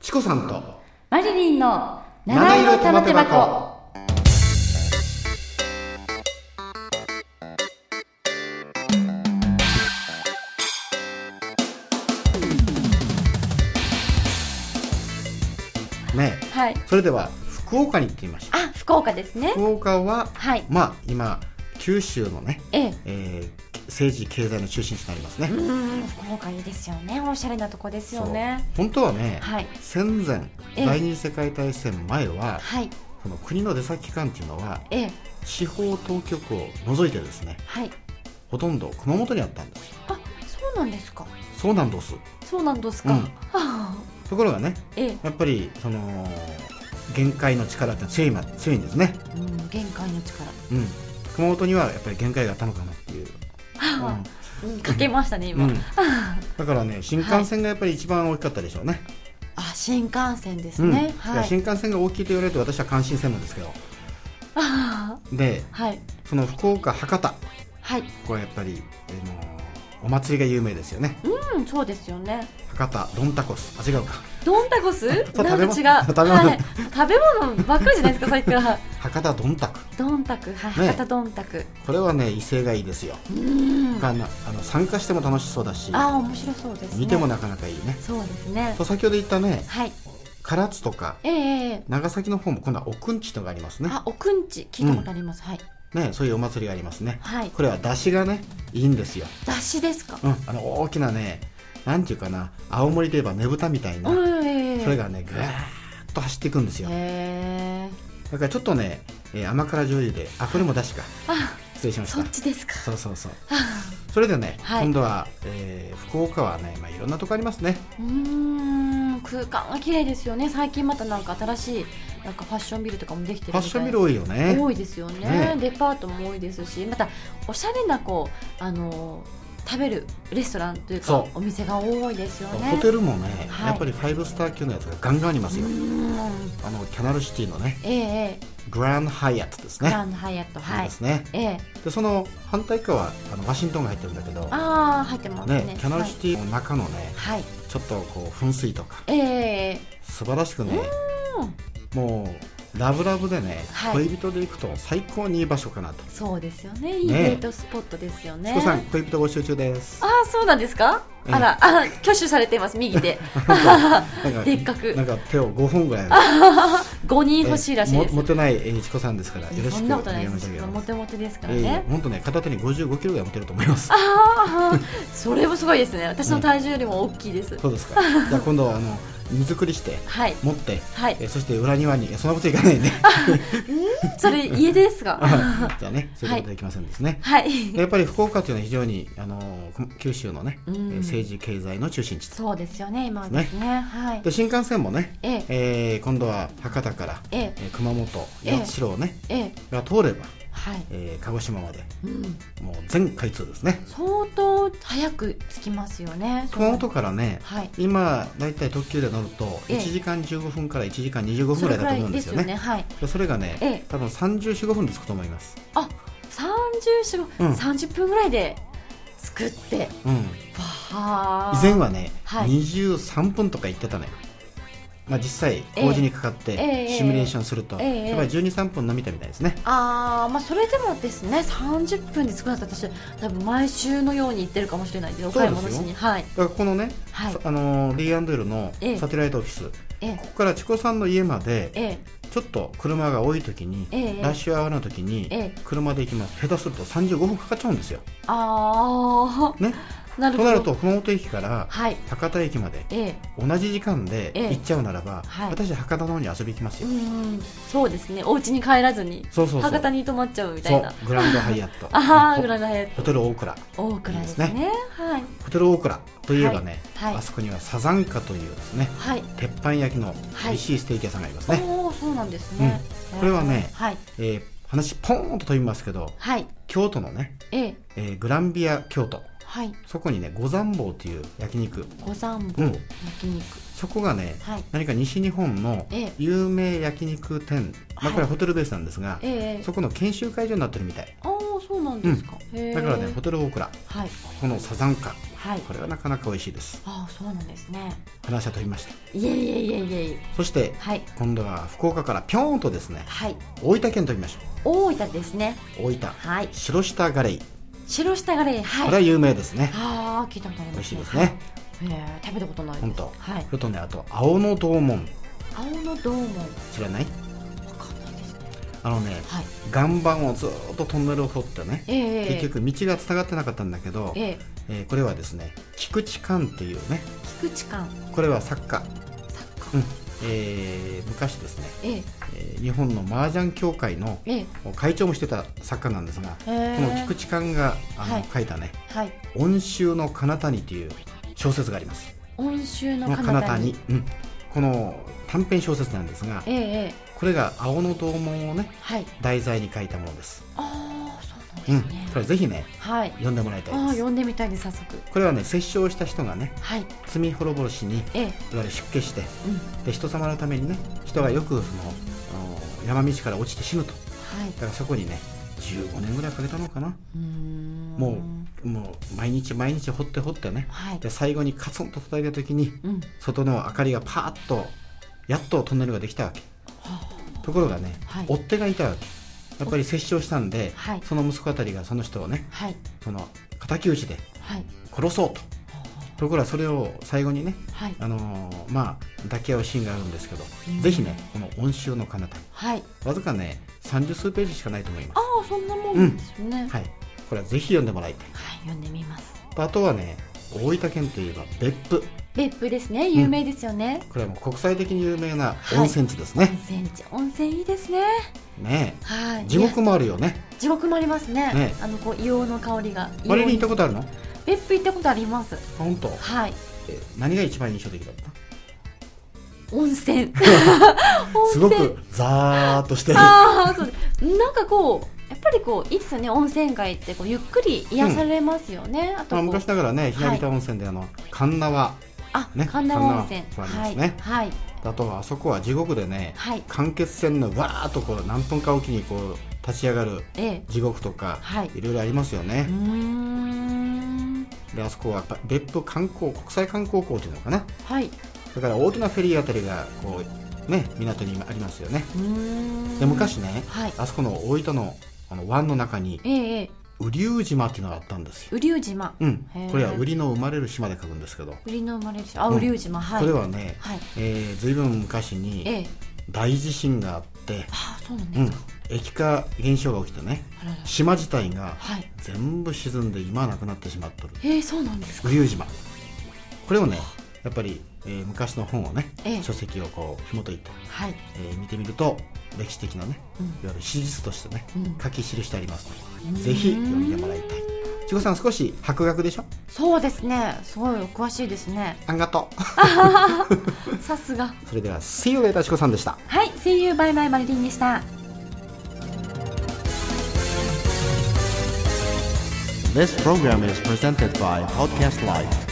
チコさんとマリリンの七色玉手箱。ねえはい。それでは福岡に行ってみましょあ、福岡ですねう。福岡は、はい。まあ今九州のね、ええ。えー政治経済の中心地になりますね、うーん、福岡いいですよね。おしゃれなとこですよね。本当はね、はい。戦前ええ第二次世界大戦前ははい。その国の出先機関っていうのはええ。司法当局を除いてですねはい。ほとんど熊本にあったんですあ、そうなんですか。そうなんですそうなんですか。うんはあところがねええ。やっぱりその限界の力って強いま強いんですね、うん、限界の力。うん、熊本にはやっぱり限界があったのかなっていう、はあうんかけましたうね、ん今。うんだからね新幹線がやっぱり一番大きかったでしょうね、あ、新幹線ですうんね。いはやい。新幹線が大きいと言われると私は関心線なんですけどあでーはい。その福岡博多こはい。こはやっぱり、あのお祭りが有名ですよねうん、そうですよね。博多どんたこスあ違うかどんたこす？そうなんか違う。食べ物食べ物はい食べ物ばっかりじゃないですか、さっきから。博多どんたくどんたく、はねい、博多どんたく。これはね威勢がいいですよ、うん。あのあの参加しても楽しそうだしあー、面白そうですね。見てもなかなかいいねそうですねと。先ほど言ったねはい。唐津とかええええ長崎の方も今度はおくんちとかありますねあ、おくんち聞いたことあります。はい。ねそういうお祭りがありますねはい。これは出汁がねいいんですよ、だしですか。うん、あの大きなねなんていうかな青森で言えばねぶたみたいな、うん、ええそれ。がねぐーっと走っていくんですよへえ。だからちょっとね、えー甘辛醤油であこれも出汁かあ、失礼しましそたっちで すか。そうそうそうそれでね、はい今度は、えー福岡はね、まあ、いろんなとこありますねうーん、空間が綺麗ですよね。最近またなんか新しいなんかファッションビルとかもできてファるみたッいションビル多いよね多いですよねねデパートも多いですしまたおしゃれなこうあの食べるレストランというかそお店が多いですよねホテルもね、はいやっぱりファイブスター級のやつがガンガンありますよ、うんあのキャナルシティのねええええグランドハイアットですグねランドハイアッそトうはいですねええでその反対側はあのワシントンが入ってるんだけどああ入ってますねね、キャナルシティの中のねはい、はいちょっとこう噴水とかええ素晴らしくねもうラブラブでね、はい恋人で行くと最高にいい場所かなと、そうですよねいいねデートスポットですよねチコさん恋人募集中ですああそうなんですか、ええあらあ挙手されています 右手なんかでっかくなんか手を5本ぐらい5人欲しいらしいでえすも持てないえーチコさんですからよろしそくおんなことな願いい申でしす上げモますテモテですからね、えー、本当ね片手に55キロぐらい持てると思いますああそれもすごいですね私の体重よりも大きいです、そうですかじゃあ今度はあの荷造りしてはい持って、はいえーそして裏庭にいやそんなこといかない ねそれ家で すがじゃあねそういうことできませんですね、はいやっぱり福岡というのは非常にあのこ九州のね、うんえー政治経済の中心地とそうですよね今はですねはいで新幹線もね、えええー今度は博多から、えええー熊本ええ八代をね、ええが通れば、はい、えー鹿児島までうん、もう全開通ですね相当早く着きますよね熊本からねはい今大体特急で乗るとええ1時間15分から1時間25分そぐられいくだとら思ういんでですすよよねねはいでそれがね、ええ多分3045分で着くと思います、あ30うん三30分ぐらいで作ってうん、は以前はね、はい23分とか言ってたのよ、まあ、実際ええ工事にかかっええてシミュレーションすると、ええやっぱり123分伸びたみたいですね、あーまあそれでもですね30分で作るんだったら私多分毎週のように行ってるかもしれないんでお買い物しそうでにはいだからこのね、はいさあのー D&L のええサテライトオフィス、ええここからチコさんの家までええちょっと車が多い時に、ええラッシュアワーの時にええ車で行きます下手すると35分かかっちゃうんですよ、あね、あなるとほどなると熊本駅からはい博多駅までええ同じ時間でええ行っちゃうならば、はい私博多の方に遊び行きますうよ、んそうですねお家に帰らずにそうそうそう博多に泊まっちゃうみたそいうなグランドハイアット ああグラナヘッホテル大倉ド大倉ですいいねはいホテル大倉といえばね、はいはあいそこにはサザンカというですねはい鉄板焼きの美味しいステーキ屋さんがありますね、おおそうなんですねうんこれはねはいえー話ポーンと飛びますけどはい京都のね、えええーグランビア京都はいそこにね五山坊という焼肉、五三う本ん、焼肉そこがねはい何か西日本のええ有名焼肉店、まあ、これはホテルベースなんですが、ええそこの研修会場になってるみたいああそうなんですかへえだからねホテル大倉はいこのサザンカはいこれはなかなか美味しいですああそうなんですね話は飛びましたいえいえいえいえいえそして、はい今度は福岡からぴょんとですねはい大分県飛びましょ大分ですねう大分はい白下ガレイ白下がれこはれはい有名ですね、ああ聞いたことあり美ま味しすいですねはいえー食べたことないです本当はいそれとねあと青の洞門青のどうもわ知らないかんないですねあのねはい岩盤をずーっとトンネルを掘ってねええ結局道がつながってなかったんだけど、えええーこれはですね菊池寛っていうね菊池館これは作家、作家うんえー昔ですね、えええー日本の麻雀協会のええ会長もしてた作家なんですが、えこの菊池寛があの、はい書いたねはい「温州の彼方に」っていう小説があります。温州のの彼彼方方にに、うん、この短編小説なんですがええええこれが青の洞門をねはい題材に書いたものです。ああそううなんんですね、これぜひねはい読んでもらいたああいです。読んでみたいです早速これはね殺生した人がねはい罪滅ぼしにいええわゆる出家してうんで人様のためにね人がよくそのあの山道から落ちて死ぬとはいだからそこにね15年ぐらいかけたのかなうーんもうもう毎日毎日掘って掘ってねはいで最後にカツンと叩いた時にうん外の明かりがパーッとやっとトンネルができたわけところがね、はい追っ手がいたわけやっぱり殺生したんで、はいその息子あたりがその人をねはいその敵討ちではい殺そうとところがそれを最後にねはいあのーまあ抱き合うシーンがあるんですけど、うんぜひねこの「温州の彼方はいわずかね30数ページしかないと思いまあすあそんなもんなんですね、はいはいこれはぜひ読んでもらいたい読んでみますあとはね大分県といえば別府別府ですね有名ですよね、これはもう国際的に有名な温泉地ですね、温泉地温泉いいですねねはえい地い獄もあるよねや地獄もありますねねあのこう硫黄の香りがマリリン行ったこことあるのあ別府行ったことあります本当はいえ何が一番印象的だった温 泉すごくザーっとしてるああそうですなんかこうやっぱりこういいですよね温泉街ってこうゆっくり癒されますよね、あとまあ、こう昔ながらねひなびた温泉であの神奈川あ、ね神田温泉神田温泉ありますねはいはいあとはあそこは地獄でねはい間欠泉のわーっとこう何分かおきにこう立ち上がるええ地獄とか、はいいろいろありますようーね、んであそこはば別府観光国際観光港というのかなはいだから大きなフェリーあたりがこうね港にありますよねうーんで昔ねはいあそこの大分のあの湾の中にええええ雨竜島っていうのがあったんですよ、雨竜島うんへー、これは雨りの生まれる島で書くんですけど、売りの生まれる島あうん雨竜島、はいこれはね、はいえー、ずいぶん昔えにえ大地震があって、ああそうなんうでんすか、、液化現象が起きてねあらら島自体がはい全部沈んで今はなくなってしまっとるええそうなんですか雨竜島これをねやっぱり、えー昔の本をね、ええ書籍をこう紐解いて、はいえー見てみると歴史的なねうんいわゆる史実としてねうん書き記してありますうのんでぜひ読んでもらいたい千穂さん少し博学でしょそうですねすごいお詳しいですねありがとさすがうそれでは See you later 千穂さんでしたはい See you bye bye マリリンでした This program is presented by Podcast Live.